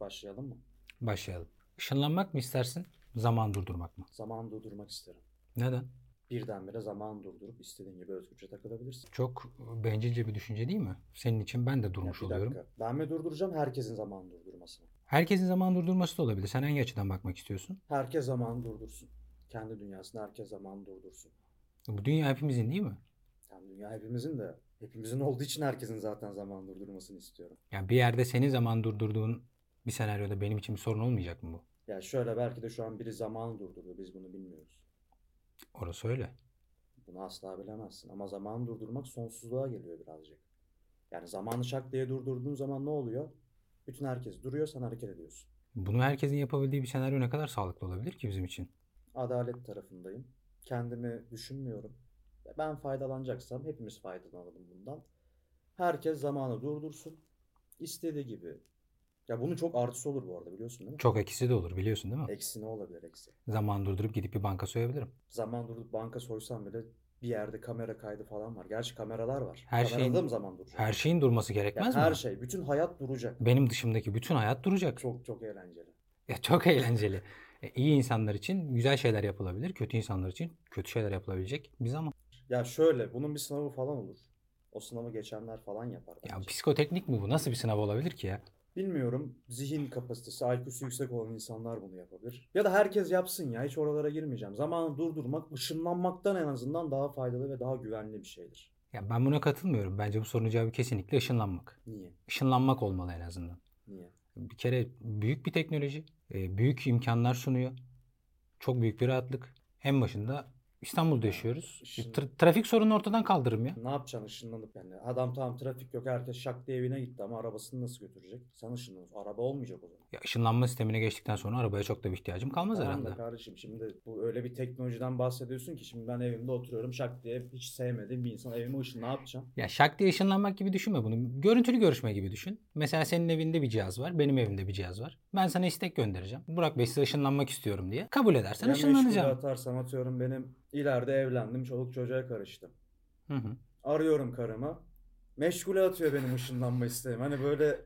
Başlayalım mı? Başlayalım. Işınlanmak mı istersin? Zaman durdurmak mı? Zamanı durdurmak isterim. Neden? Birdenbire zaman durdurup istediğin gibi özgürce takılabilirsin. Çok bencilce bir düşünce değil mi? Senin için ben de Ya durmuş bir oluyorum. dakika. Ben mi durduracağım herkesin zaman durdurmasını? Herkesin zaman durdurması da olabilir. Sen hangi açıdan bakmak istiyorsun? Herkes zaman durdursun. Kendi dünyasını herkes zaman durdursun. Bu dünya hepimizin değil mi? Yani dünya hepimizin de hepimizin olduğu için herkesin zaten zaman durdurmasını istiyorum. Yani bir yerde senin zaman durdurduğun bir senaryoda benim için bir sorun olmayacak mı bu? Ya şöyle belki de şu an biri zaman durduruyor. Biz bunu bilmiyoruz. Orası öyle. Bunu asla bilemezsin. Ama zaman durdurmak sonsuzluğa geliyor birazcık. Yani zamanı şak diye durdurduğun zaman ne oluyor? Bütün herkes duruyor, sen hareket ediyorsun. Bunu herkesin yapabildiği bir senaryo ne kadar sağlıklı olabilir ki bizim için? Adalet tarafındayım. Kendimi düşünmüyorum. Ben faydalanacaksam hepimiz faydalanalım bundan. Herkes zamanı durdursun. İstediği gibi. Ya bunun çok artısı olur bu arada biliyorsun değil mi? Çok ekisi de olur biliyorsun değil mi? Eksi ne olabilir eksi? Zaman durdurup gidip bir banka soyabilirim. Zaman durdurup banka soysam bile bir yerde kamera kaydı falan var. Gerçi kameralar var. Her Kamerada şeyin- da mı zaman duracak? Her şeyin durması Ya gerekmez her mi? şey, bütün hayat duracak. Benim dışımdaki bütün hayat duracak. Çok çok eğlenceli. Ya çok eğlenceli. E, iyi insanlar için güzel şeyler yapılabilir. Kötü insanlar için kötü şeyler yapılabilecek bir zaman. Ya şöyle, bunun bir sınavı falan olur. O sınavı geçenler falan yapar Ya bence. psikoteknik mi bu? Nasıl bir sınav olabilir ki ya? Bilmiyorum, zihin kapasitesi, IQ'su yüksek olan insanlar bunu yapabilir. Ya da herkes yapsın ya, hiç oralara girmeyeceğim. Zamanı durdurmak, ışınlanmaktan en azından daha faydalı ve daha güvenli bir şeydir. Ya ben buna katılmıyorum. Bence bu sorunun cevabı kesinlikle ışınlanmak. Niye? Işınlanmak olmalı en azından. Niye? Bir kere büyük bir teknoloji, e, büyük imkanlar sunuyor. Çok büyük bir rahatlık. En başında İstanbul'da yaşıyoruz. Işın- Tra- trafik sorunu ortadan kaldırırım ya. Ne yapacaksın ışınlanıp yani? Adam tamam trafik yok, herkes şak diye evine gitti ama arabasını nasıl götürecek? Sen ışınlanıyorsun, araba olmayacak o zaman. ya. ışınlanma sistemine geçtikten sonra arabaya çok da bir ihtiyacım kalmaz Tamam da herhalde. kardeşim şimdi bu öyle bir teknolojiden bahsediyorsun ki şimdi ben evimde oturuyorum şak diye hiç sevmediğim bir insan evime ışın ne yapacağım? Ya şak diye ışınlanmak gibi düşünme bunu. Görüntülü görüşme gibi düşün. Mesela senin evinde bir cihaz var, benim evimde bir cihaz var. Ben sana istek göndereceğim. Burak Bey size ışınlanmak istiyorum diye. Kabul edersen Ya meşgule ışınlanacağım. atarsam atıyorum benim ileride evlendim çoluk çocuğa karıştım. Hı hı. Arıyorum karımı meşgule atıyor benim ışınlanma isteğim hani böyle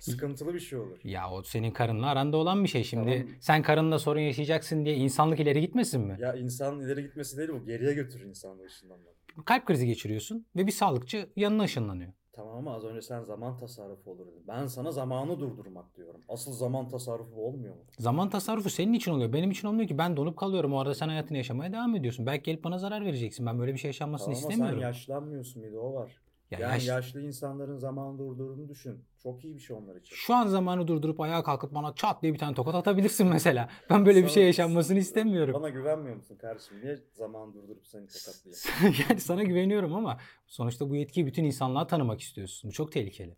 sıkıntılı bir şey olur. Ya o senin karınla aranda olan bir şey şimdi. Tamam. Sen karınla sorun yaşayacaksın diye insanlık ileri gitmesin mi? Ya insan ileri gitmesi değil bu geriye götürür insanı ışınlanmak. Kalp krizi geçiriyorsun ve bir sağlıkçı yanına ışınlanıyor. Tamam ama az önce sen zaman tasarrufu olur dedin. Ben sana zamanı durdurmak diyorum. Asıl zaman tasarrufu olmuyor mu? Zaman tasarrufu senin için oluyor. Benim için olmuyor ki. Ben donup kalıyorum. O arada sen hayatını yaşamaya devam ediyorsun. Belki gelip bana zarar vereceksin. Ben böyle bir şey yaşanmasını Tamam ama sen istemiyorum. yaşlanmıyorsun bir de o var. Ya yani yaş- yaşlı insanların zaman durdurduğunu düşün. Çok iyi bir şey onlar için. Şu an zamanı durdurup ayağa kalkıp bana çat diye bir tane tokat atabilirsin mesela. Ben böyle bir Sana- şey yaşanmasını istemiyorum. Bana güvenmiyor musun kardeşim? Niye zaman durdurup seni tokatlayayım? yani sana güveniyorum ama sonuçta bu yetkiyi bütün insanlığa tanımak istiyorsun. Bu çok tehlikeli.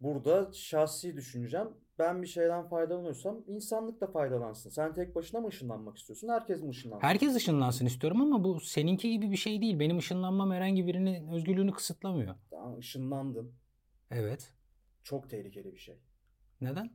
Burada şahsi düşüncem ben bir şeyden faydalanıyorsam insanlık da faydalansın. Sen tek başına mı ışınlanmak istiyorsun? Herkes mi ışınlanmak Herkes ışınlansın istiyorum ama bu seninki gibi bir şey değil. Benim ışınlanmam herhangi birinin özgürlüğünü kısıtlamıyor. Tamam, ışınlandın. Evet. Çok tehlikeli bir şey. Neden?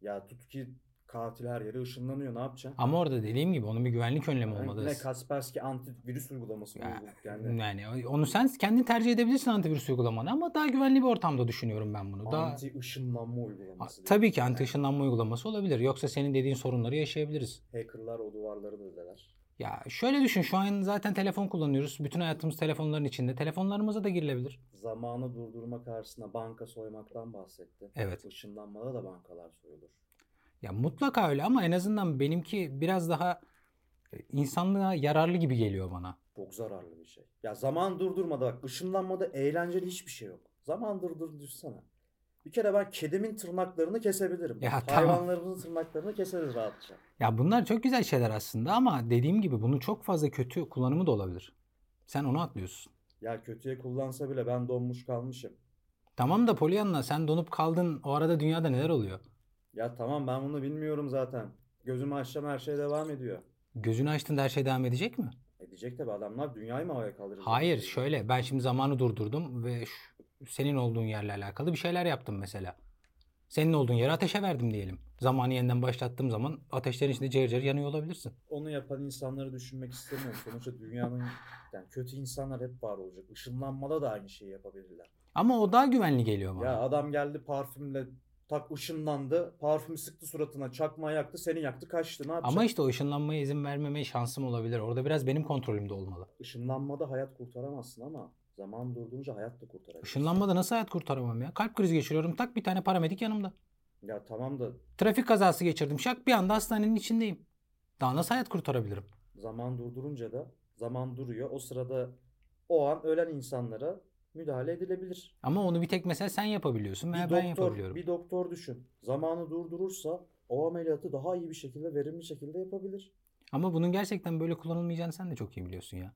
Ya tut ki katil her yere ışınlanıyor. Ne yapacaksın? Ama orada dediğim gibi onun bir güvenlik önlemi Yani olmalı. ne Kaspersky antivirüs uygulaması mı Ya, uyguladık yani? Yani onu sen kendin tercih edebilirsin antivirüs uygulamanı ama daha güvenli bir ortamda düşünüyorum ben bunu. Daha Anti ışınlanma A- uygulaması. diye. tabii ki anti ışınlanma uygulaması olabilir. Yoksa senin dediğin sorunları yaşayabiliriz. Hackerlar o duvarları da deler. Ya şöyle düşün şu an zaten telefon kullanıyoruz. Bütün hayatımız telefonların içinde. Telefonlarımıza da girilebilir. Zamanı durdurma karşısında banka soymaktan bahsetti. Evet. Işınlanmada da bankalar soyulur. Ya mutlaka öyle ama en azından benimki biraz daha e, insanlığa yararlı gibi geliyor bana. Çok zararlı bir şey. Ya zaman durdurmada bak ışınlanmada eğlenceli hiçbir şey yok. Zaman durdur düşsene. Bir kere ben kedimin tırnaklarını kesebilirim. Ya tamam. Hayvanlarımızın tırnaklarını keseriz rahatça. Ya bunlar çok güzel şeyler aslında ama dediğim gibi bunun çok fazla kötü kullanımı da olabilir. Sen onu atlıyorsun. Ya kötüye kullansa bile ben donmuş kalmışım. Tamam da Pollyanna sen donup kaldın. O arada dünyada neler oluyor? Ya tamam ben bunu bilmiyorum zaten. Gözümü açacağım her şey devam ediyor. Gözünü açtığında her şey devam edecek mi? E diyecek tabi adamlar dünyayı mı havaya kaldıracak? Hayır, şöyle ben şimdi zamanı durdurdum ve şu- senin olduğun yerle alakalı bir şeyler yaptım mesela. Senin olduğun yere ateşe verdim diyelim. Zamanı yeniden başlattığım zaman ateşlerin içinde cır cır yanıyor olabilirsin. Onu yapan insanları düşünmek istemiyorum. Sonuçta dünyanın yani kötü insanlar hep var olacak. Işınlanmada da aynı şeyi yapabilirler. Ama o daha güvenli geliyor bana. Ya adam geldi parfümle Tak ışınlandı. Parfümü sıktı suratına. Çakmağı yaktı. Seni yaktı. Kaçtı. Ne yapacak? Ama işte o ışınlanmaya izin vermeme şansım olabilir. Orada biraz benim kontrolümde olmalı. Işınlanmada hayat kurtaramazsın ama zaman durduğunca hayat da kurtarabilirsin. Işınlanmada nasıl hayat kurtaramam ya? Kalp krizi geçiriyorum. Tak bir tane paramedik yanımda. Ya tamam da Trafik kazası geçirdim. Şak bir anda hastanenin içindeyim. Daha nasıl hayat kurtarabilirim? zaman durdurunca da zaman duruyor. O sırada o an ölen insanlara müdahale edilebilir. Ama onu bir tek mesela sen yapabiliyorsun veya bir ben doktor, yapabiliyorum. bir doktor düşün. Zamanı durdurursa o ameliyatı daha iyi bir şekilde, verimli şekilde yapabilir. Ama bunun gerçekten böyle kullanılmayacağını sen de çok iyi biliyorsun ya.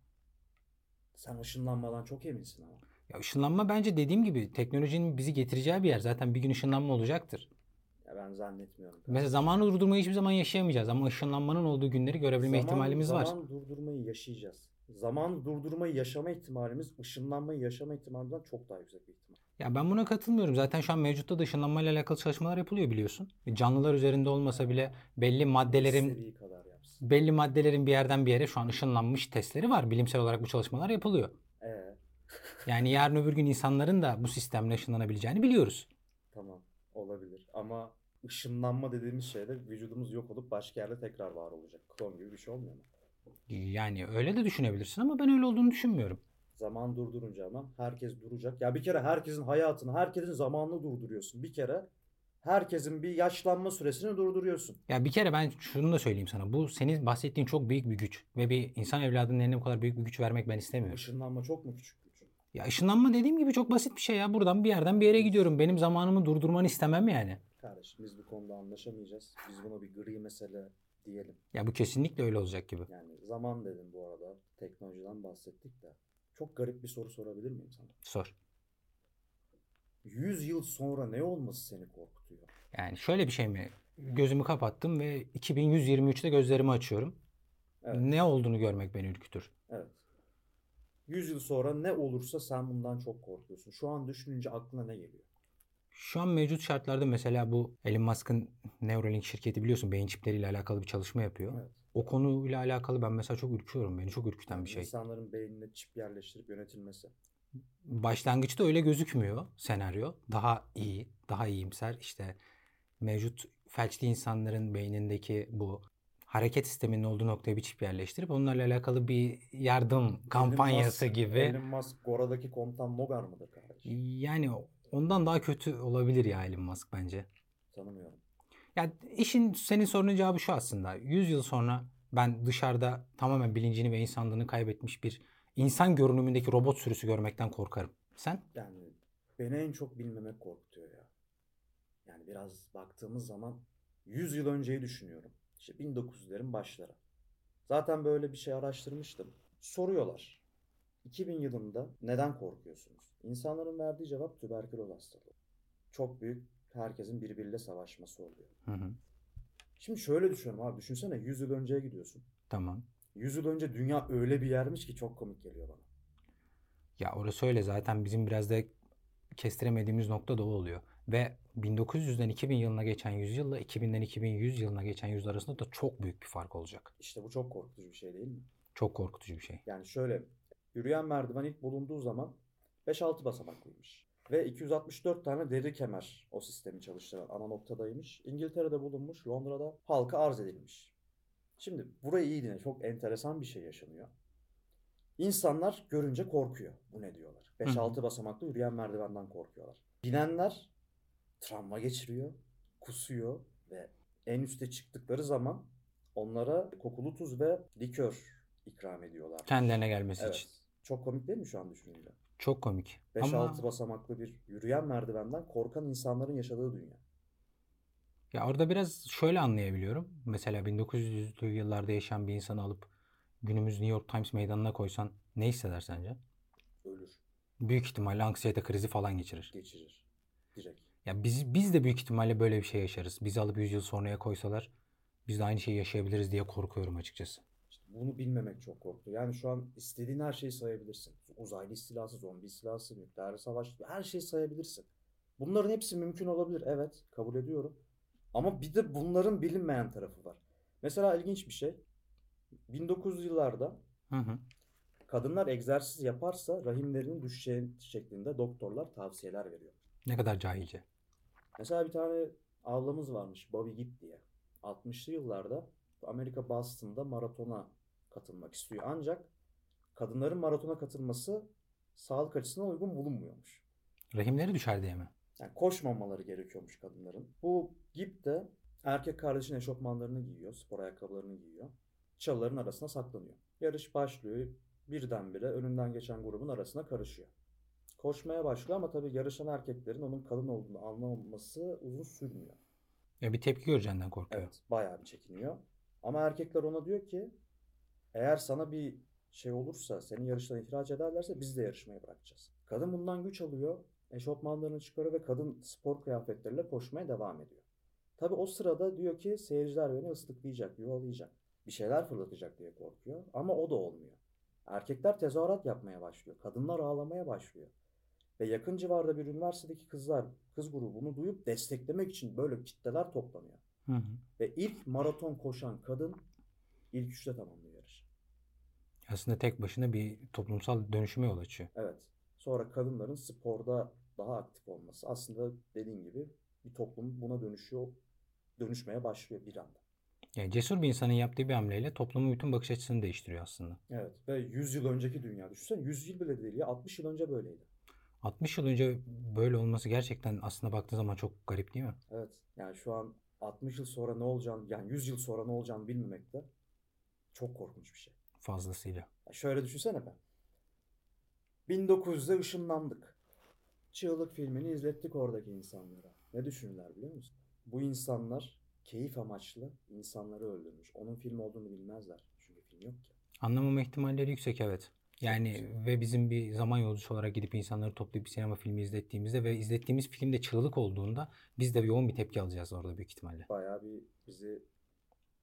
Sen ışınlanmadan çok eminsin ama. Ya ışınlanma bence dediğim gibi teknolojinin bizi getireceği bir yer. Zaten bir gün ışınlanma olacaktır. Ya ben zannetmiyorum. Mesela zamanı durdurmayı hiçbir zaman yaşayamayacağız ama ışınlanmanın olduğu günleri görebilme Zaman- ihtimalimiz var. Zaman durdurmayı yaşayacağız. Zaman durdurmayı yaşama ihtimalimiz ışınlanmayı yaşama ihtimalinden çok daha yüksek bir ihtimal. Ya ben buna katılmıyorum. Zaten şu an mevcutta da ışınlanmayla alakalı çalışmalar yapılıyor biliyorsun. E, Canlılar üzerinde olmasa bile belli maddelerin İstediği kadar yapsın. belli maddelerin bir yerden bir yere şu an ışınlanmış testleri var. Bilimsel olarak bu çalışmalar yapılıyor. Ee, Yani yarın öbür gün insanların da bu sistemle ışınlanabileceğini biliyoruz. tamam olabilir ama ışınlanma dediğimiz şeyde vücudumuz yok olup başka yerde tekrar var olacak. Klon gibi bir şey olmuyor mu? Yani öyle de düşünebilirsin ama ben öyle olduğunu düşünmüyorum. Zaman durdurunca ama herkes duracak. Ya bir kere herkesin hayatını, herkesin zamanını durduruyorsun. Bir kere herkesin bir yaşlanma süresini durduruyorsun. Ya bir kere ben şunu da söyleyeyim sana. Bu senin bahsettiğin çok büyük bir güç. Ve bir insan evladının eline bu kadar büyük bir güç vermek ben istemiyorum. Işınlanma çok mu küçük güç? Ya ışınlanma dediğim gibi çok basit bir şey ya. Buradan bir yerden bir yere gidiyorum. Benim zamanımı durdurmanı istemem yani. Kardeşim biz bu konuda anlaşamayacağız. Biz buna bir gri mesele diyelim. Ya bu kesinlikle öyle olacak gibi. Yani zaman dedim bu arada. Teknolojiden bahsettik de. Çok garip bir soru sorabilir miyim sana? Sor. 100 yıl sonra ne olması seni korkutuyor? Yani şöyle bir şey mi? Gözümü kapattım ve 2123'te gözlerimi açıyorum. Evet. Ne olduğunu görmek beni ürkütür. Evet. 100 yıl sonra ne olursa sen bundan çok korkuyorsun. Şu an düşününce aklına ne geliyor? Şu an mevcut şartlarda mesela bu Elon Musk'ın Neuralink şirketi biliyorsun beyin çipleriyle alakalı bir çalışma yapıyor. Evet. O konuyla alakalı ben mesela çok ürküyorum. Beni çok ürküten Yani bir şey. İnsanların beynine çip yerleştirip yönetilmesi. Başlangıçta öyle gözükmüyor senaryo. Daha iyi, daha iyimser işte mevcut felçli insanların beynindeki bu hareket sisteminin olduğu noktaya bir çip yerleştirip onlarla alakalı bir yardım kampanyası Elon Musk- gibi. Elon Musk Gora'daki komutan Logar mıdır kardeşim? Yani ondan daha kötü olabilir ya Elon Musk bence. Tanımıyorum. Ya işin senin sorunun cevabı şu aslında. 100 yıl sonra ben dışarıda tamamen bilincini ve insanlığını kaybetmiş bir insan görünümündeki robot sürüsü görmekten korkarım. Sen? Yani beni en çok bilmemek korkutuyor ya. Yani biraz baktığımız zaman 100 yıl önceyi düşünüyorum. İşte 1900'lerin başları. Zaten böyle bir şey araştırmıştım. Soruyorlar. 2000 yılında neden korkuyorsunuz? İnsanların verdiği cevap tüberküloz hastalığı. Çok büyük herkesin birbiriyle savaşması oluyor. Hı hı. Şimdi şöyle düşünüyorum abi düşünsene 100 yıl önceye gidiyorsun. Tamam. 100 yıl önce dünya öyle bir yermiş ki çok komik geliyor bana. Ya orası öyle zaten bizim biraz da kestiremediğimiz nokta da o oluyor. Ve 1900'den 2000 yılına geçen yüzyılla 2000'den 2100 yılına geçen yüzyıl arasında da çok büyük bir fark olacak. İşte bu çok korkutucu bir şey değil mi? Çok korkutucu bir şey. Yani şöyle yürüyen merdiven ilk bulunduğu zaman 5-6 basamaklıymış. Ve 264 tane deri kemer o sistemi çalıştıran ana noktadaymış. İngiltere'de bulunmuş, Londra'da halka arz edilmiş. Şimdi burayı iyi dinle, çok enteresan bir şey yaşanıyor. İnsanlar görünce korkuyor. Bu ne diyorlar? Hı hı. 5-6 basamaklı yürüyen merdivenden korkuyorlar. Binenler travma geçiriyor, kusuyor ve en üste çıktıkları zaman onlara kokulu tuz ve likör ikram ediyorlar. Kendilerine gelmesi Evet. için. Çok komik değil mi şu an düşününce? Çok komik. 5-6 Ama basamaklı bir yürüyen merdivenden korkan insanların yaşadığı dünya. ya orada biraz şöyle anlayabiliyorum. Mesela 1900'lü yıllarda yaşayan bir insanı alıp günümüz New York Times meydanına koysan ne hisseder sence? Ölür, Büyük ihtimalle anksiyete krizi falan geçirir. geçirir. Direkt. Ya biz biz de büyük ihtimalle böyle bir şey yaşarız. Bizi alıp 100 yıl sonraya koysalar biz de aynı şeyi yaşayabiliriz diye korkuyorum açıkçası. İşte bunu bilmemek çok korktu. Yani şu an istediğin her şeyi sayabilirsin. Uzaylı istilası, zombi istilası, nükleer savaş, her şeyi sayabilirsin. Bunların hepsi mümkün olabilir. Evet, kabul ediyorum. Ama bir de bunların bilinmeyen tarafı var. Mesela ilginç bir şey. 1900 yıllarda Hı hı. kadınlar egzersiz yaparsa rahimlerinin düşeceği şeklinde doktorlar tavsiyeler veriyor. Ne kadar cahilce. Mesela bir tane ablamız varmış Bobby Gibb diye. 60'lı yıllarda Amerika Boston'da maratona katılmak istiyor. Ancak kadınların maratona katılması sağlık açısından uygun bulunmuyormuş. Rahimleri düşer diye mi? Yani koşmamaları gerekiyormuş kadınların. Bu Gibb de erkek kardeşinin eşofmanlarını giyiyor, spor ayakkabılarını giyiyor. Çalıların arasına saklanıyor. Yarış başlıyor. Birdenbire önünden geçen grubun arasına karışıyor. Koşmaya başlıyor ama tabii yarışan erkeklerin onun kadın olduğunu anlaması uzun sürmüyor. Ya bir tepki göreceğinden korkuyor. Evet, bayağı bir çekiniyor. Ama erkekler ona diyor ki eğer sana bir şey olursa, seni yarıştan ihraç ederlerse biz de yarışmayı bırakacağız. Kadın bundan güç alıyor, eşofmanlarını çıkarıyor ve kadın spor kıyafetleriyle koşmaya devam ediyor. Tabii o sırada diyor ki seyirciler beni ıslıklayacak, yuvalayacak, bir şeyler fırlatacak diye korkuyor ama o da olmuyor. Erkekler tezahürat yapmaya başlıyor, kadınlar ağlamaya başlıyor. Ve yakın civarda bir üniversitedeki kızlar, kız grubu bunu duyup desteklemek için böyle kitleler toplanıyor. Hı hı. Ve ilk maraton koşan kadın ilk üçte tamamlıyor yarışı. Aslında tek başına bir toplumsal dönüşüme yol açıyor. Evet. Sonra kadınların sporda daha aktif olması. Aslında dediğim gibi bir toplum buna dönüşüyor, dönüşmeye başlıyor bir anda. Yani cesur bir insanın yaptığı bir hamleyle toplumun bütün bakış açısını değiştiriyor aslında. Evet. Ve 100 yıl önceki dünya. Düşünsene 100 yıl bile değil ya. 60 yıl önce böyleydi. 60 yıl önce böyle olması gerçekten aslında baktığın zaman çok garip değil mi? Evet. Yani şu an 60 yıl sonra ne olacağını, yani 100 yıl sonra ne olacağını bilmemek de çok korkunç bir şey. Fazlasıyla. Ya Şöyle düşünsene be. 1900'de ışınlandık. Çığlık filmini izlettik oradaki insanlara. Ne düşünürler biliyor musun? Bu insanlar keyif amaçlı insanları öldürmüş. Onun film olduğunu bilmezler. Çünkü film yok ki. Anlamama ihtimalleri yüksek evet. Yani yüksek. ve bizim bir zaman yolcusu olarak gidip insanları toplayıp bir sinema filmi izlettiğimizde ve izlettiğimiz filmde çığlık olduğunda biz de yoğun bir tepki alacağız orada büyük ihtimalle. Bayağı bir bizi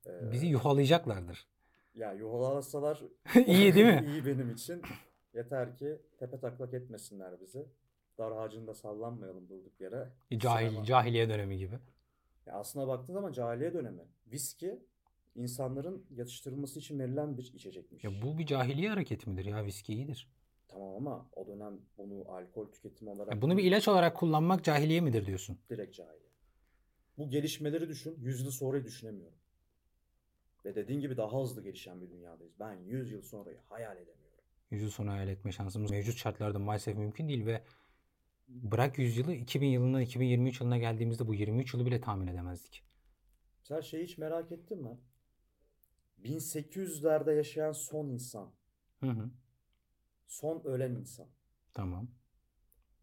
e, Bizi yuhalayacaklardır. ya yuhalasalar İyi değil mi? iyi benim için. Yeter ki tepe taklak etmesinler bizi. Dar ağacında sallanmayalım durduk yere. E, Cahil, Sinema. cahiliye dönemi gibi. Ya aslına baktığın zaman cahiliye dönemi. Viski insanların yatıştırılması için verilen bir içecekmiş. Ya bu bir cahiliye hareketi midir ya? Viski iyidir. Tamam ama o dönem bunu alkol tüketimi olarak Ya bunu bir değil, ilaç olarak kullanmak cahiliye midir diyorsun? direkt cahiliye. Bu gelişmeleri düşün. Yüz yıl sonrayı düşünemiyorum. Ve dediğin gibi daha hızlı gelişen bir dünyadayız. Ben 100 yıl sonrayı hayal edemiyorum. Yüzyıl sonu hayal etme şansımız mevcut şartlarda maalesef mümkün değil ve bırak yüzyılı 2000 yılından 2023 yılına geldiğimizde bu 23 yılı bile tahmin edemezdik. Sen şeyi hiç merak ettin mi? 1800'lerde yaşayan son insan. Hı hı. Son ölen insan. Tamam.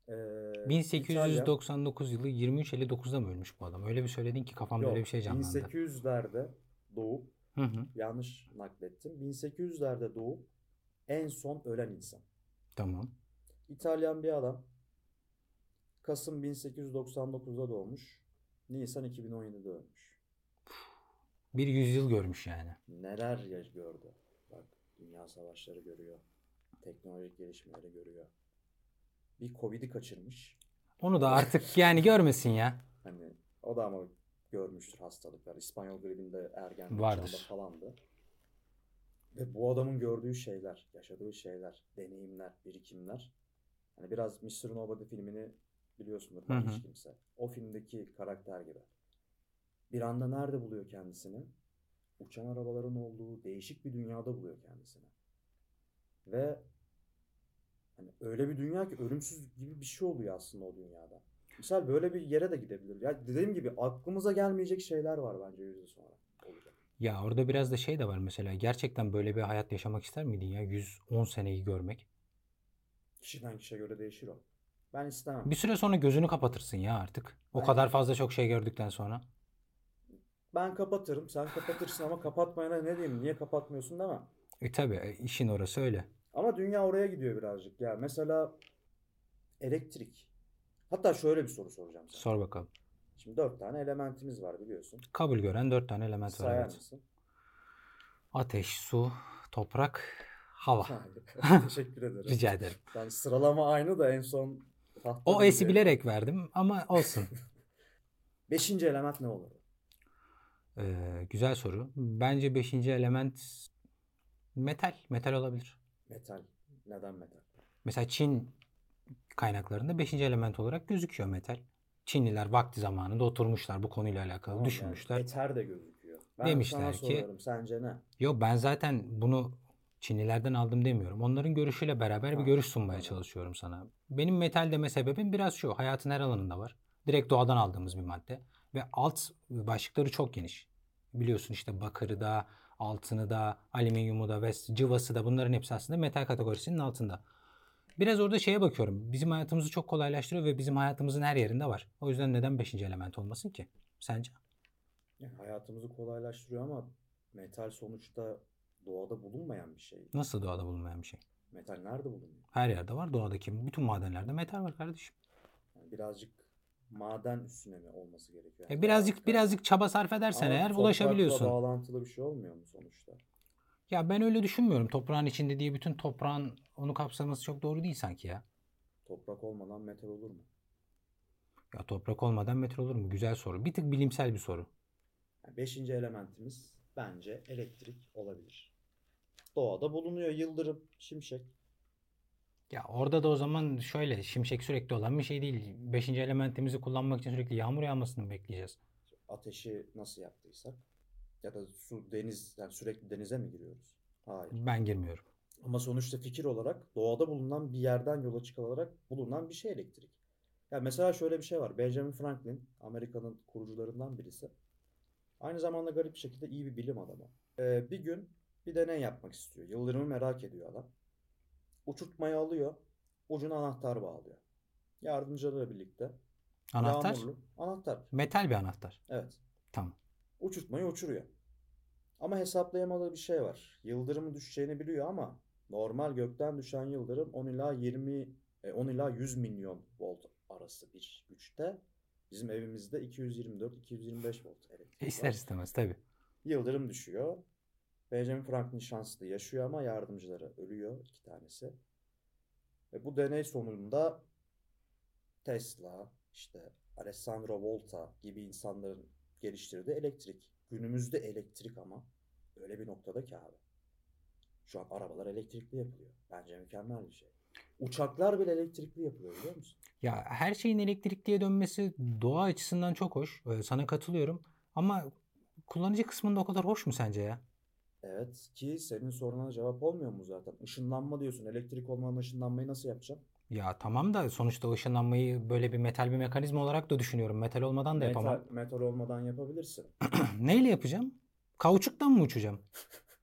Ee, İtalya- 1899 yılı 23 9'da mı ölmüş bu adam? Öyle bir söyledin ki kafamda Yok, öyle bir şey canlandı. 1800'lerde doğup Hı hı. yanlış naklettim. 1800'lerde doğup en son ölen insan. Tamam. İtalyan bir adam. Kasım 1899'da doğmuş. Nisan 2017'de ölmüş. Bir yüzyıl görmüş yani. Neler ya- gördü. Bak dünya savaşları görüyor. Teknolojik gelişmeleri görüyor. Bir Covid'i kaçırmış. Onu da artık yani görmesin ya. Hani o da ama görmüştür hastalıklar. İspanyol gribinde ergenlik Vardır. çağında falandı. Ve bu adamın gördüğü şeyler, yaşadığı şeyler, deneyimler, birikimler. Hani biraz Mr. Nobody filmini biliyorsundur Hı belki hı. hiç kimse. O filmdeki karakter gibi. Bir anda nerede buluyor kendisini? Uçan arabaların olduğu değişik bir dünyada buluyor kendisini. Ve hani öyle bir dünya ki ölümsüz gibi bir şey oluyor aslında o dünyada. Mesela böyle bir yere de gidebilir. Ya dediğim gibi aklımıza gelmeyecek şeyler var bence yüz yıl sonra olacak. Ya orada biraz da şey de var mesela. Gerçekten böyle bir hayat yaşamak ister miydin ya? 110 seneyi görmek. Kişiden kişiye göre değişir o. Ben istemem. Bir süre sonra gözünü kapatırsın ya artık. O Aynen. kadar fazla çok şey gördükten sonra. Ben kapatırım. Sen kapatırsın ama kapatmayana ne diyeyim? Niye kapatmıyorsun deme. E tabi e, işin orası öyle. Ama dünya oraya gidiyor birazcık ya. Mesela elektrik. Hatta şöyle bir soru soracağım sana. Sor bakalım. Şimdi dört tane elementimiz var biliyorsun. Kabul gören dört tane element var. Sayar evet. mısın? Ateş, su, toprak, hava. Teşekkür ederim. Rica ederim. Yani sıralama aynı da en son tahtada O esi biliyorum. bilerek verdim ama olsun. Beşinci element ne olur? Ee, güzel soru. Bence beşinci element metal. Metal olabilir. Metal. Neden metal? Mesela Çin kaynaklarında beşinci element olarak gözüküyor metal. Çinliler vakti zamanında oturmuşlar bu konuyla alakalı Tamam yani düşünmüşler. Eter de gözüküyor. Ben Demişler sana ki- soruyorum sence ne? Yok ben zaten bunu Çinlilerden aldım demiyorum. Onların görüşüyle beraber bir Ha, görüş sunmaya tamam. çalışıyorum sana. Benim metal deme sebebim biraz şu. Hayatın her alanında var. Direkt doğadan aldığımız bir madde. Ve alt başlıkları çok geniş. Biliyorsun işte bakırı da, altını da, alüminyumu da ve cıvası da bunların hepsi aslında metal kategorisinin altında. Biraz orada şeye bakıyorum. Bizim hayatımızı çok kolaylaştırıyor ve bizim hayatımızın her yerinde var. O yüzden neden 5. element olmasın ki? Sence? Yani hayatımızı kolaylaştırıyor ama metal sonuçta doğada bulunmayan bir şey. Nasıl doğada bulunmayan bir şey? Metal nerede bulunuyor? Her yerde var. Doğadaki bütün madenlerde metal var kardeşim. Yani birazcık maden üstüne mi olması gerekiyor? E Yani birazcık toprak- birazcık çaba sarf edersen Ama eğer toprakla ulaşabiliyorsun. bağlantılı bir şey olmuyor mu sonuçta? Ya ben öyle düşünmüyorum. Toprağın içinde diye bütün toprağın onu kapsaması çok doğru değil sanki ya. Toprak olmadan metal olur mu? Ya toprak olmadan metal olur mu? Güzel soru. Bir tık bilimsel bir soru. Yani beşinci elementimiz bence elektrik olabilir. Doğada bulunuyor yıldırım, şimşek. Ya orada da o zaman şöyle şimşek sürekli olan bir şey değil. Beşinci elementimizi kullanmak için sürekli yağmur yağmasını mı bekleyeceğiz. Ateşi nasıl yaptıysak ya da su, deniz, yani sürekli denize mi giriyoruz? Hayır. Ben girmiyorum. Ama sonuçta fikir olarak doğada bulunan bir yerden yola çıkılarak bulunan bir şey elektrik. Ya mesela şöyle bir şey var. Benjamin Franklin, Amerika'nın kurucularından birisi. Aynı zamanda garip bir şekilde iyi bir bilim adamı. Ee, bir gün bir deney yapmak istiyor. Yıldırımı merak ediyor adam. Uçurtmayı alıyor. Ucuna anahtar bağlıyor. Yardımcılarıyla birlikte. Anahtar? Yağmurlu. Anahtar. Metal bir anahtar. Evet. Tamam. Uçurtmayı uçuruyor. Ama hesaplayamadığı bir şey var. Yıldırımın düşeceğini biliyor ama normal gökten düşen yıldırım 10 ila 20 e, 10 ila 100 milyon volt arası bir güçte. Bizim evimizde 224-225 volt elektrik E var. ister istemez tabii. Yıldırım düşüyor. Benjamin Franklin şanslı yaşıyor ama yardımcıları ölüyor iki tanesi. Ve bu deney sonunda Tesla, işte Alessandro Volta gibi insanların geliştirdiği elektrik. Günümüzde elektrik ama öyle bir noktada ki abi. Şu an arabalar elektrikli yapılıyor. Bence mükemmel bir şey. Uçaklar bile elektrikli yapılıyor biliyor musun? Ya her şeyin elektrikliye dönmesi doğa açısından çok hoş. Ee, Sana katılıyorum. Ama kullanıcı kısmında o kadar hoş mu sence ya? Evet ki senin soruna cevap olmuyor mu zaten? Işınlanma diyorsun. Elektrik olmadan ışınlanmayı nasıl yapacaksın? Ya tamam da sonuçta ışınlanmayı böyle bir metal bir mekanizma olarak da düşünüyorum. Metal olmadan da yapamam. Metal, metal olmadan yapabilirsin. Neyle yapacağım? Kauçuktan mı uçacağım?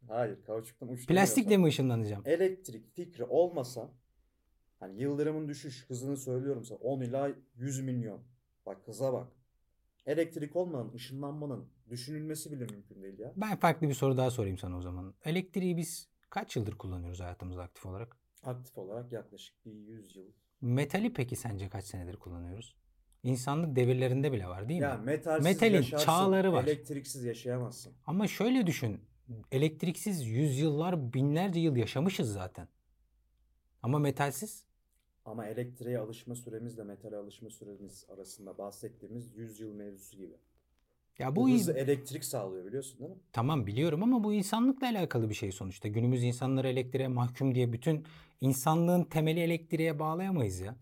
Hayır, kauçuktan uç Plastikle demiyorsam. mi ışınlanacağım? E Elektrik fikri olmasa hani yıldırımın düşüş hızını söylüyorum sana 10 ila 100 milyon. Bak hıza bak. Elektrik olmadan ışınlanmanın düşünülmesi bile mümkün değil ya. Ben farklı bir soru daha sorayım sana o zaman. Elektriği biz kaç yıldır kullanıyoruz hayatımızda aktif olarak? Aktif olarak yaklaşık bir 100 yıl. Metali peki sence kaç senedir kullanıyoruz? İnsanlık devirlerinde bile var değil mi? Ya metalsiz Metalin yaşarsın, çağları var. elektriksiz yaşayamazsın. Ama şöyle düşün. Elektriksiz yüzyıllar, binlerce yıl yaşamışız zaten. Ama metalsiz? Ama elektriğe alışma süremizle metale alışma süremiz arasında bahsettiğimiz 100 yıl mevzusu gibi. Ya Bu, bu hızı elektrik sağlıyor biliyorsun değil mi? Tamam biliyorum ama bu insanlıkla alakalı bir şey sonuçta. Günümüz insanları elektriğe mahkum diye bütün insanlığın temeli elektriğe bağlayamayız ya.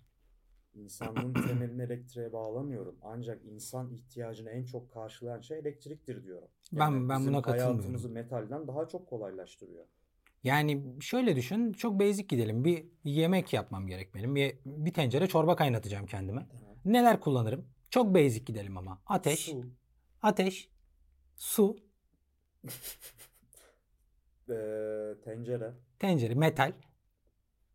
İnsanlığın temelini elektriğe bağlamıyorum. Ancak insan ihtiyacını en çok karşılayan şey elektriktir diyorum. Ben- ben bizim buna katılmıyorum. hayatımızı metalden daha çok kolaylaştırıyor. Yani şöyle düşün, çok basic gidelim. Bir yemek yapmam gerek benim. Bir, bir tencere çorba kaynatacağım kendime. Neler kullanırım? Çok basic gidelim ama. Ateş, Su, ateş, su, eee, e, tencere. tencere, metal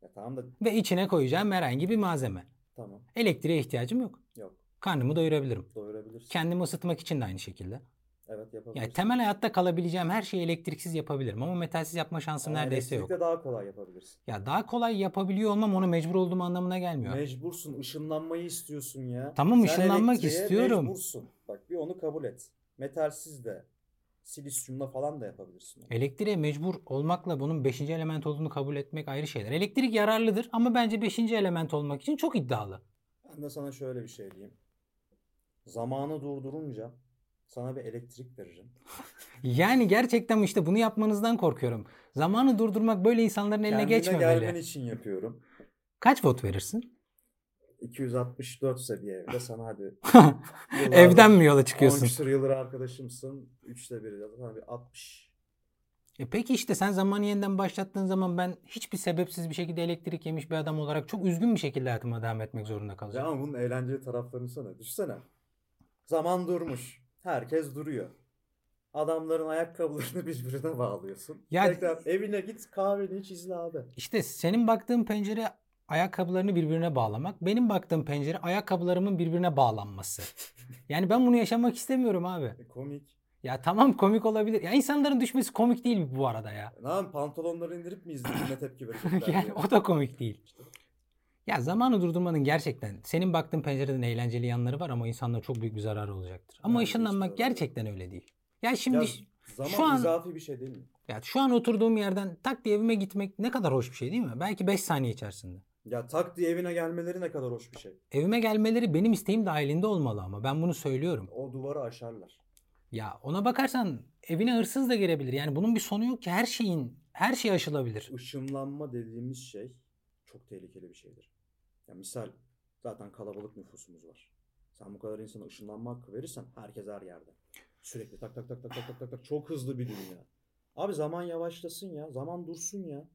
Ya tamam da ve içine koyacağım herhangi bir malzeme. tamam Elektriğe ihtiyacım yok. yok Karnımı doyurabilirim. doyurabilirsin. Kendimi ısıtmak için de aynı şekilde. evet yapabilirsin. Yani temel hayatta kalabileceğim her şeyi elektriksiz yapabilirim ama metalsiz yapma şansım Ama neredeyse yok. elektrikle daha kolay yapabilirsin. Ya daha kolay yapabiliyor olmam ona mecbur olduğum anlamına gelmiyor. Mecbursun ışınlanmayı istiyorsun ya. Tamam, Sen ışınlanmak elektriğe istiyorum. Mecbursun. Bak bir onu kabul et. Metalsiz de silisyumla falan da yapabilirsin. onu. Elektriğe mecbur olmakla bunun 5. element olduğunu kabul etmek ayrı şeyler. Elektrik yararlıdır ama bence 5. element olmak için çok iddialı. Ben de sana şöyle bir şey diyeyim. Zamanı durdurunca sana bir elektrik veririm. Yani gerçekten işte bunu yapmanızdan korkuyorum. Zamanı durdurmak böyle insanların eline Kendine geçmemeli. gelmen için yapıyorum. Kaç volt verirsin? 264 seviye evde sana hadi. Evden mi yola çıkıyorsun? 13 yıldır arkadaşımsın. 3'te 1 ya da bir 60. E peki işte sen zamanı yeniden başlattığın zaman ben hiçbir sebepsiz bir şekilde elektrik yemiş bir adam olarak çok üzgün bir şekilde hayatıma devam etmek zorunda Ya kalacağım. ama bunun eğlenceli taraflarını sana. Düşsene. Zaman durmuş. Herkes duruyor. Adamların ayakkabılarını birbirine bağlıyorsun. Ya- Tekrar evine git kahveni iç izle abi. İşte senin baktığın pencere ayakkabılarını birbirine bağlamak, benim baktığım pencere ayakkabılarımın birbirine bağlanması. Yani ben bunu yaşamak istemiyorum abi. E, komik. Ya tamam komik olabilir. Ya insanların düşmesi komik değil bu arada ya. Ne yapayım pantolonları indirip mi izleyeyim ne tepki verecekler diye. yani o da komik değil. Ya zamanı durdurmanın gerçekten senin baktığın pencereden eğlenceli yanları var ama insanlara çok büyük bir zararı olacaktır. Ama Yani ışınlanmak işte öyle. gerçekten öyle değil. Ya şimdi Ya zaman şu an- izafi bir şey değil mi? ya şu an oturduğum yerden tak diye evime gitmek ne kadar hoş bir şey değil mi? Belki 5 saniye içerisinde. Ya tak diye evine gelmeleri ne kadar hoş bir şey. Evime gelmeleri benim isteğim dahilinde olmalı ama ben bunu söylüyorum. O duvarı aşarlar. Ya ona bakarsan evine hırsız da girebilir. Yani bunun bir sonu yok ki her şeyin her şey aşılabilir. Işınlanma dediğimiz şey çok tehlikeli bir şeydir. Ya misal zaten kalabalık nüfusumuz var. Sen bu kadar insana ışınlanma hakkı verirsen herkes her yerde. Sürekli tak tak tak tak tak tak tak tak çok hızlı bir dünya. Abi zaman yavaşlasın ya. Zaman dursun ya.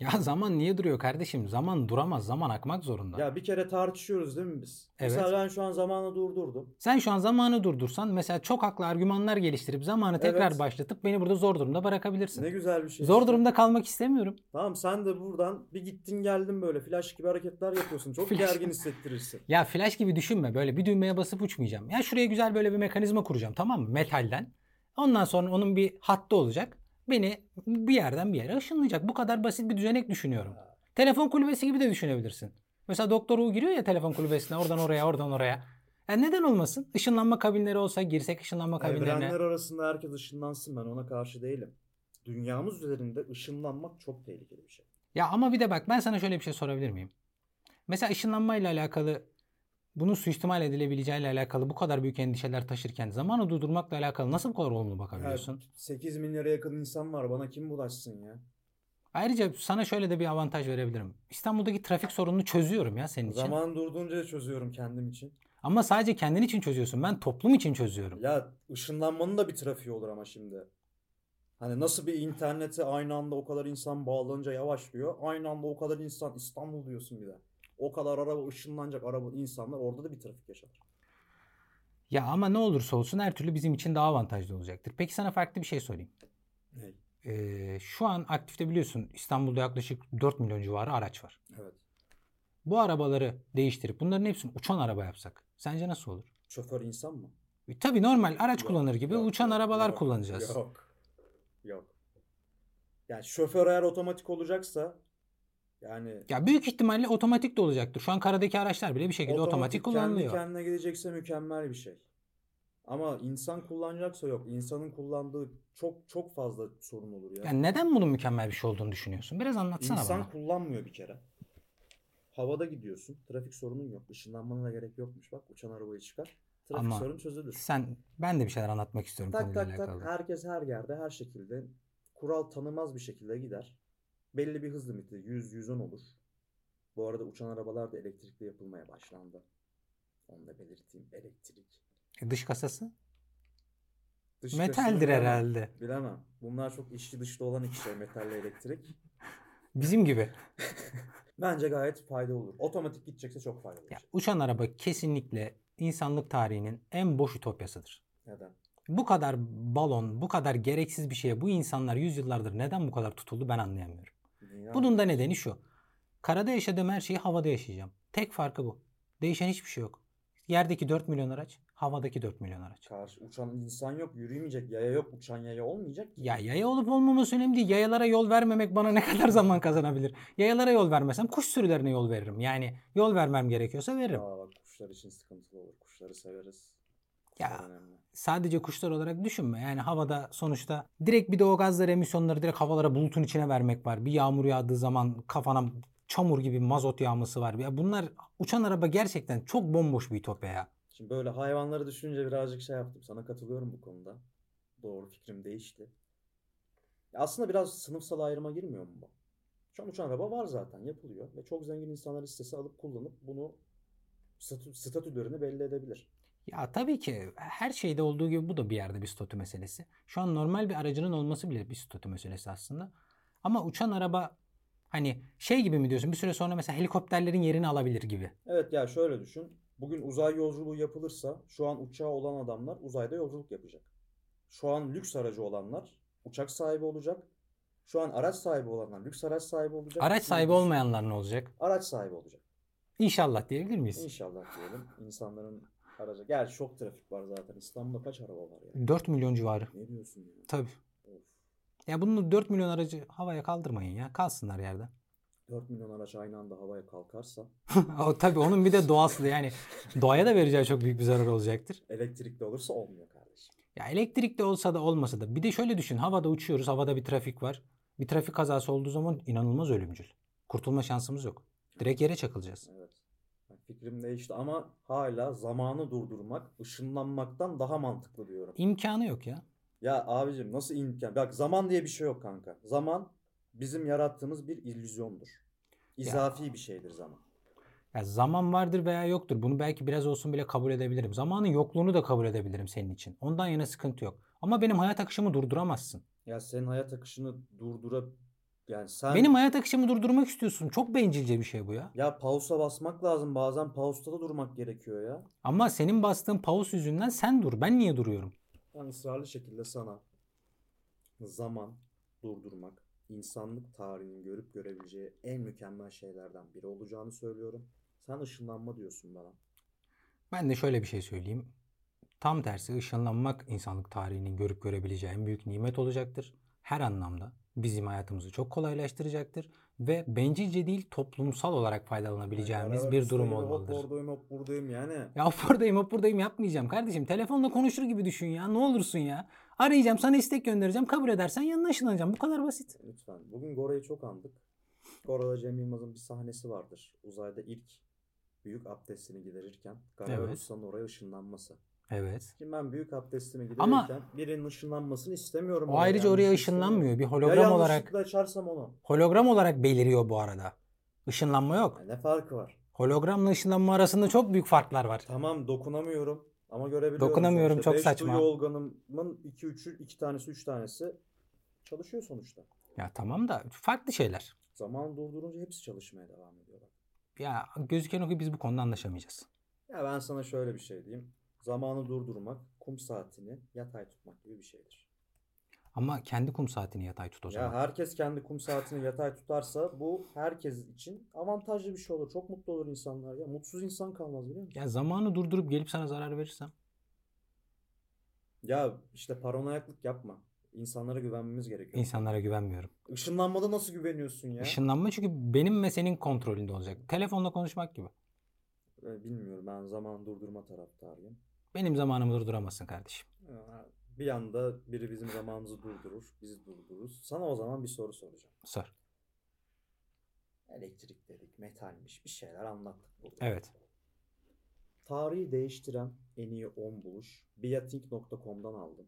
Ya zaman niye duruyor kardeşim? Zaman duramaz. Zaman akmak zorunda. Ya bir kere tartışıyoruz değil mi biz? Evet. Mesela ben şu an zamanı durdurdum. Sen şu an zamanı durdursan mesela çok haklı argümanlar geliştirip zamanı tekrar Evet. başlatıp beni burada zor durumda bırakabilirsin. Ne güzel bir şey. Zor işte. durumda kalmak istemiyorum. Tamam sen de buradan bir gittin geldin böyle flash gibi hareketler yapıyorsun. Çok Flash. gergin hissettirirsin. Ya flash gibi düşünme böyle bir düğmeye basıp uçmayacağım. Ya şuraya güzel böyle bir mekanizma kuracağım tamam mı metalden. Ondan sonra onun bir hattı olacak. Beni bir yerden bir yere ışınlayacak. Bu kadar basit bir düzenek düşünüyorum. Telefon kulübesi gibi de düşünebilirsin. Mesela Doktor Who giriyor ya telefon kulübesine oradan oraya oradan oraya. E neden olmasın? Işınlanma kabinleri olsa girsek ışınlanma kabinlerine. Evrenler arasında herkes ışınlansın ben ona karşı değilim. Dünyamız üzerinde ışınlanmak çok tehlikeli bir şey. Ya ama bir de bak ben sana şöyle bir şey sorabilir miyim? Mesela ışınlanmayla alakalı bunun suistimal edilebileceğiyle alakalı bu kadar büyük endişeler taşırken zamanı durdurmakla alakalı nasıl bu kadar olumlu bakabiliyorsun? 8 milyara yakın insan var bana kim bulaşsın ya? Ayrıca sana şöyle de bir avantaj verebilirim. İstanbul'daki trafik sorununu çözüyorum ya senin için. Zaman durduğunca çözüyorum kendim için. Ama sadece kendin için çözüyorsun. Ben toplum için çözüyorum. Ya ışınlanmanın da bir trafiği olur ama şimdi. Hani nasıl bir internete aynı anda o kadar insan bağlanınca yavaşlıyor. Aynı anda o kadar insan İstanbul diyorsun bir de. O kadar araba ışınlanacak araba insanlar orada da bir trafik yaşanır. Ya ama ne olursa olsun her türlü bizim için daha avantajlı olacaktır. Peki sana farklı bir şey sorayım. Evet. Ee, şu an aktifte biliyorsun İstanbul'da yaklaşık 4 milyon civarı araç var. Evet. Bu arabaları değiştirip bunların hepsini uçan araba yapsak sence nasıl olur? Şoför insan mı? E, tabii normal araç Yok, kullanır gibi yok, uçan yok, arabalar yok, kullanacağız. Yok. Yok. Yani şoför eğer otomatik olacaksa yani Ya büyük ihtimalle otomatik de olacaktır. Şu an karadaki araçlar bile bir şekilde otomatik, kullanılıyor. Kendi kendine gidecekse mükemmel bir şey. Ama insan kullanacaksa yok. İnsanın kullandığı çok çok fazla sorun olur ya. Yani neden bunun mükemmel bir şey olduğunu düşünüyorsun? Biraz anlatsana İnsan bana. kullanmıyor bir kere. Havada gidiyorsun. Trafik sorunun yok. Işınlanmana da gerek yokmuş. Bak uçan arabayı çıkar. Trafik Ama sorun çözülür. Sen ben de bir şeyler anlatmak istiyorum Tak konuyla tak alakalı. tak herkes her yerde her şekilde kural tanımaz bir şekilde gider. Belli bir hız limiti 100-110 olur. Bu arada uçan arabalar da elektrikli yapılmaya başlandı. Onu da belirteyim elektrik. E, Dış kasası Dış kısmını metaldir bilemem. herhalde. Bilemem. Bunlar çok içli dışlı olan iki şey metalle elektrik. Bizim gibi. Bence gayet fayda olur. Otomatik gidecekse çok faydalı. şey. Ya, uçan araba kesinlikle insanlık tarihinin en boş ütopyasıdır. Neden? Bu kadar balon, bu kadar gereksiz bir şeye bu insanlar yüzyıllardır neden bu kadar tutuldu ben anlayamıyorum. Dünya- Bunun da nedeni şu. Karada yaşadığım her şeyi havada yaşayacağım. Tek farkı bu. Değişen hiçbir şey yok. Yerdeki 4 milyon araç, havadaki 4 milyon araç. Karşı uçan insan yok, yürüyemeyecek, yaya yok, uçan yaya olmayacak ki. Ya yaya olup olmaması önemli değil. Yayalara yol vermemek bana ne kadar zaman kazanabilir? Yayalara yol vermesem kuş sürülerine yol veririm. Yani yol vermem gerekiyorsa veririm. Aa bak kuşlar için sıkıntılı olur. Kuşları severiz. Ya. Kuşlar önemli. Sadece kuşlar olarak düşünme. Yani havada sonuçta direkt bir de o gazları emisyonları direkt havalara bulutun içine vermek var. Bir yağmur yağdığı zaman kafana çamur gibi mazot yağması var. Ya bunlar uçan araba gerçekten çok bomboş bir ütopya ya. Şimdi böyle hayvanları düşününce birazcık şey yaptım. Sana katılıyorum bu konuda. Doğru fikrim değişti. Ya Aslında biraz sınıfsal ayrıma girmiyor mu bu? Şu an uçan araba var zaten yapılıyor ve çok zengin insanlar istese alıp kullanıp bunu statü, statülerini belli edebilir. Ya tabii ki her şeyde olduğu gibi bu da bir yerde bir statü meselesi. Şu an normal bir aracının olması bile bir statü meselesi aslında. Ama uçan araba hani şey gibi mi diyorsun bir süre sonra mesela helikopterlerin yerini alabilir gibi. Evet ya şöyle düşün. Bugün uzay yolculuğu yapılırsa şu an uçağı olan adamlar uzayda yolculuk yapacak. Şu an lüks aracı olanlar uçak sahibi olacak. Şu an araç sahibi olanlar lüks araç sahibi olacak. Araç sahibi Lüks olmayanlar ne olacak? Araç sahibi olacak. İnşallah diyebilir miyiz? İnşallah diyelim. İnsanların araca. Gerçi çok trafik var zaten. İstanbul'da kaç araba var ya? 4 milyon civarı. Ne diyorsun ya? Tabii. Of. Ya bunu 4 milyon aracı havaya kaldırmayın ya. Kalsınlar yerden. 4 milyon araç aynı anda havaya kalkarsa o, tabii onun bir de doğası da yani doğaya da vereceği çok büyük bir zarar olacaktır. elektrikli olursa olmuyor kardeşim. Ya elektrikli olsa da olmasa da bir de şöyle düşün havada uçuyoruz havada bir trafik var. Bir trafik kazası olduğu zaman inanılmaz ölümcül. Kurtulma şansımız yok. Direkt yere çakılacağız. Evet. Yani Fikrim değişti ama hala zamanı durdurmak ışınlanmaktan daha mantıklı diyorum. İmkanı yok ya. Ya abicim nasıl imkan? Bak zaman diye bir şey yok kanka. Zaman bizim yarattığımız bir illüzyondur. İzafi bir şeydir zaman. Ya zaman vardır veya yoktur. Bunu belki biraz olsun bile kabul edebilirim. Zamanın yokluğunu da kabul edebilirim senin için. Ondan yana sıkıntı yok. Ama benim hayat akışımı durduramazsın. Ya senin hayat akışını durdura yani sen Benim hayat akışımı durdurmak istiyorsun. Çok bencilce bir şey bu ya. ya pausa basmak lazım. Bazen pausta da durmak gerekiyor ya. Ama senin bastığın pause yüzünden sen dur. Ben niye duruyorum? Ben ısrarlı şekilde sana zaman durdurmak insanlık tarihinin görüp görebileceği en mükemmel şeylerden biri olacağını söylüyorum. Sen ışınlanma diyorsun bana. Ben de şöyle bir şey söyleyeyim. Tam tersi ışınlanmak insanlık tarihinin görüp görebileceği en büyük nimet olacaktır. Her anlamda bizim hayatımızı çok kolaylaştıracaktır ve bencilce değil toplumsal olarak faydalanabileceğimiz Yani bir arabada durum üstelik Hop olmalıdır. buradayım hop buradayım yani. Ya hop buradayım hop buradayım yapmayacağım kardeşim. Telefonla konuşur gibi düşün ya ne olursun ya. Arayacağım sana istek göndereceğim kabul edersen yanına ışınlanacağım bu kadar basit. Lütfen. Bugün Gora'yı çok andık. Gora'da Cem Yılmaz'ın bir sahnesi vardır. Uzayda ilk büyük abdestini giderirken Evet. Garavelos'tan oraya ışınlanması. Evet. Şimdi ben büyük abdestimi giderirken Ama- birinin ışınlanmasını istemiyorum. O oraya, ayrıca oraya yanlışlıkla istemiyorum. ışınlanmıyor. şey Bir Ya hologram olarak yanlışlıkla açarsam onu. hologram olarak beliriyor bu arada. Işınlanma yok. Ya ne farkı var? Hologramla ışınlanma arasında çok büyük farklar var. Tamam dokunamıyorum ama görebiliyorum. Dokunamıyorum, sonuçta. çok Beş saçma. duyu organımın 2 3'ü 2 tanesi 3 tanesi çalışıyor sonuçta. Ya tamam da farklı şeyler. Zaman durdurunca hepsi çalışmaya devam ediyor. bak. Ya gözüken o ki biz bu konuda anlaşamayacağız. Ya ben sana şöyle bir şey diyeyim. Zamanı durdurmak, kum saatini yatay tutmak gibi bir şeydir. Ama kendi kum saatini yatay tut o Ya zaman. herkes kendi kum saatini yatay tutarsa bu herkes için avantajlı bir şey olur. Çok mutlu olur insanlar. Ya mutsuz insan kalmaz biliyor musun? Ya zamanı durdurup gelip sana zarar verirsem. Ya işte paranoyaklık yapma. İnsanlara güvenmemiz gerekiyor. insanlara güvenmiyorum. Işınlanmada nasıl güveniyorsun ya? Işınlanma çünkü benim ve senin kontrolünde olacak. Telefonla konuşmak gibi. Ee, Bilmiyorum ben zaman durdurma taraftarıyım. Benim zamanımı durduramazsın kardeşim. Ee, Bir anda biri bizim zamanımızı durdurur, bizi durdururuz. Sana o zaman bir soru soracağım. Sor. Elektrik dedik, metalmiş bir şeyler anlattık burada. Evet. Tarihi değiştiren en iyi 10 buluş. Biatink.com'dan aldım.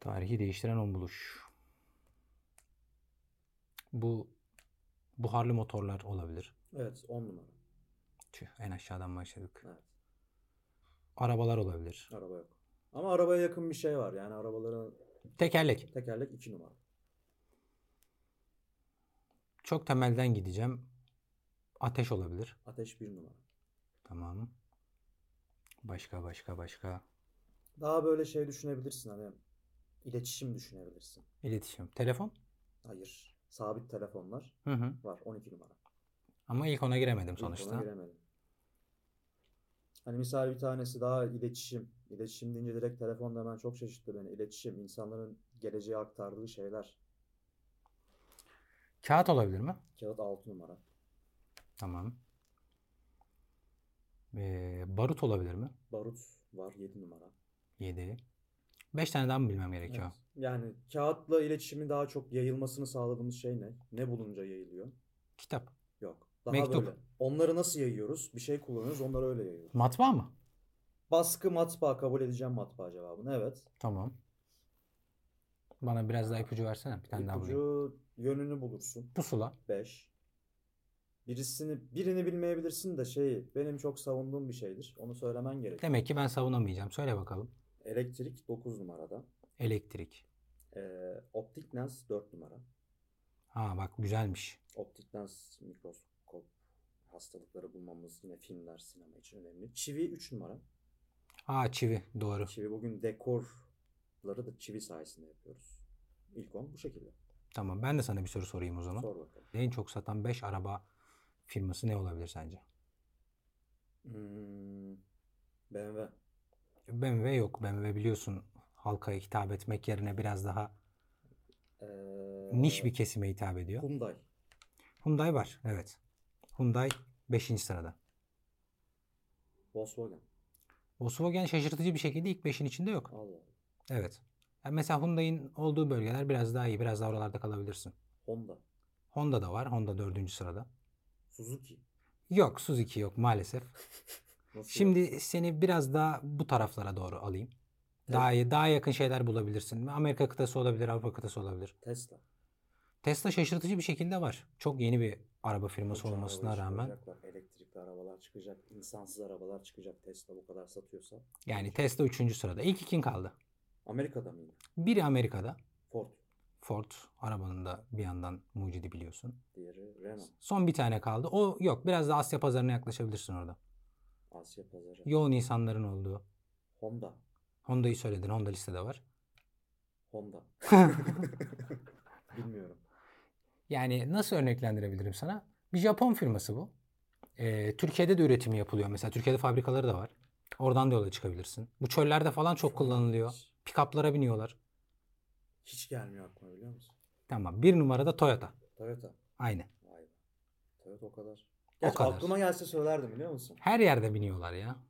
Tarihi değiştiren on buluş. Bu buharlı motorlar olabilir. Evet 10 numara. Tüh, en aşağıdan başladık. Evet. Arabalar olabilir. Araba yok. Ama arabaya yakın bir şey var. Yani arabaların Tekerlek. tekerlek 2 numara. Çok temelden gideceğim. Ateş olabilir. Ateş 1 numara. Tamam. Başka başka başka. Daha böyle şey düşünebilirsin hani iletişim düşünebilirsin. İletişim. Telefon. Hayır. Sabit telefonlar Hı hı. var 12 numara. Ama ilk ona giremedim İlk ona sonuçta. giremedim. Hani misal bir tanesi daha iletişim. İletişim deyince direkt telefonda hemen çok şaşırttı beni. İletişim insanların geleceğe aktardığı şeyler. Kağıt olabilir mi? Kağıt 6 numara. Tamam. Ee, barut olabilir mi? Barut var 7 numara. 7. 5 tane daha mı bilmem gerekiyor? Evet. Yani kağıtla iletişimin daha çok yayılmasını sağladığımız şey ne? Ne bulunca yayılıyor? Kitap. Yok. Daha Mektup. böyle. Onları nasıl yayıyoruz? Bir şey kullanıyoruz, onları öyle yayıyoruz. Matbaa mı? Baskı matbaa kabul edeceğim matbaa cevabını. Evet. Tamam. Bana biraz daha ipucu versene. Bir tane daha bulayım. İpucu yönünü bulursun. Pusula. 5. birisini birini bilmeyebilirsin de şeyi benim çok savunduğum bir şeydir. Onu söylemen gerek. Demek ki ben savunamayacağım. Söyle bakalım. Elektrik 9 numarada. Elektrik. Ee, optik lens 4 numara. Ha bak güzelmiş. Optik lens mikroskop hastalıkları bulmamız yine filmler, sinema için önemli. Çivi 3 numara. Aa çivi doğru. Çivi bugün dekorları da çivi sayesinde yapıyoruz. İlk 10 bu şekilde. Tamam ben de sana bir soru sorayım o zaman. Sor bakalım. En çok satan 5 araba firması ne olabilir sence? Hmm, BMW. BMW yok. BMW biliyorsun halka hitap etmek yerine biraz daha Ee, niş bir kesime hitap ediyor. Hyundai. Hyundai var evet. Hyundai 5. sırada. Volkswagen. Volkswagen şaşırtıcı bir şekilde ilk 5'in içinde yok. Allah Allah. Evet. Yani mesela Hyundai'nin olduğu bölgeler biraz daha iyi. Biraz daha oralarda kalabilirsin. Honda. Honda da var. Honda 4. sırada. Suzuki. Yok Suzuki yok maalesef. Nasıl Şimdi seni biraz daha bu taraflara doğru alayım. Daha iyi, daha yakın şeyler bulabilirsin. Amerika kıtası olabilir, Avrupa kıtası olabilir. Tesla. Tesla şaşırtıcı bir şekilde var. Çok yeni bir araba firması Çok olmasına arabalar rağmen. çıkaracaklar, Elektrikli arabalar çıkacak, insansız arabalar çıkacak Tesla bu kadar satıyorsa. Yani Tesla 3. sırada. İlk ikin kaldı. Amerika'da mı yine? Biri Amerika'da. Ford. Ford arabanın da bir yandan mucidi biliyorsun. Diğeri Renault. Son bir tane kaldı. O yok. Biraz da Asya pazarına yaklaşabilirsin orada. Asya pazarı. Yoğun insanların olduğu. Honda. Honda'yı söyledin. Honda listede var. Honda. Bilmiyorum. Yani nasıl örneklendirebilirim sana? Bir Japon firması bu. Ee, Türkiye'de de üretimi yapılıyor. Mesela Türkiye'de fabrikaları da var. Oradan da yola çıkabilirsin. Bu çöllerde falan çok kullanılıyor. Hiç, Pikaplara biniyorlar. hiç gelmiyor aklıma biliyor musun? Tamam. Bir numarada Toyota. Toyota. Aynı. Vay be. Toyota o kadar. Gerçi kadar. aklıma gelse söylerdim biliyor musun? Her yerde biniyorlar ya.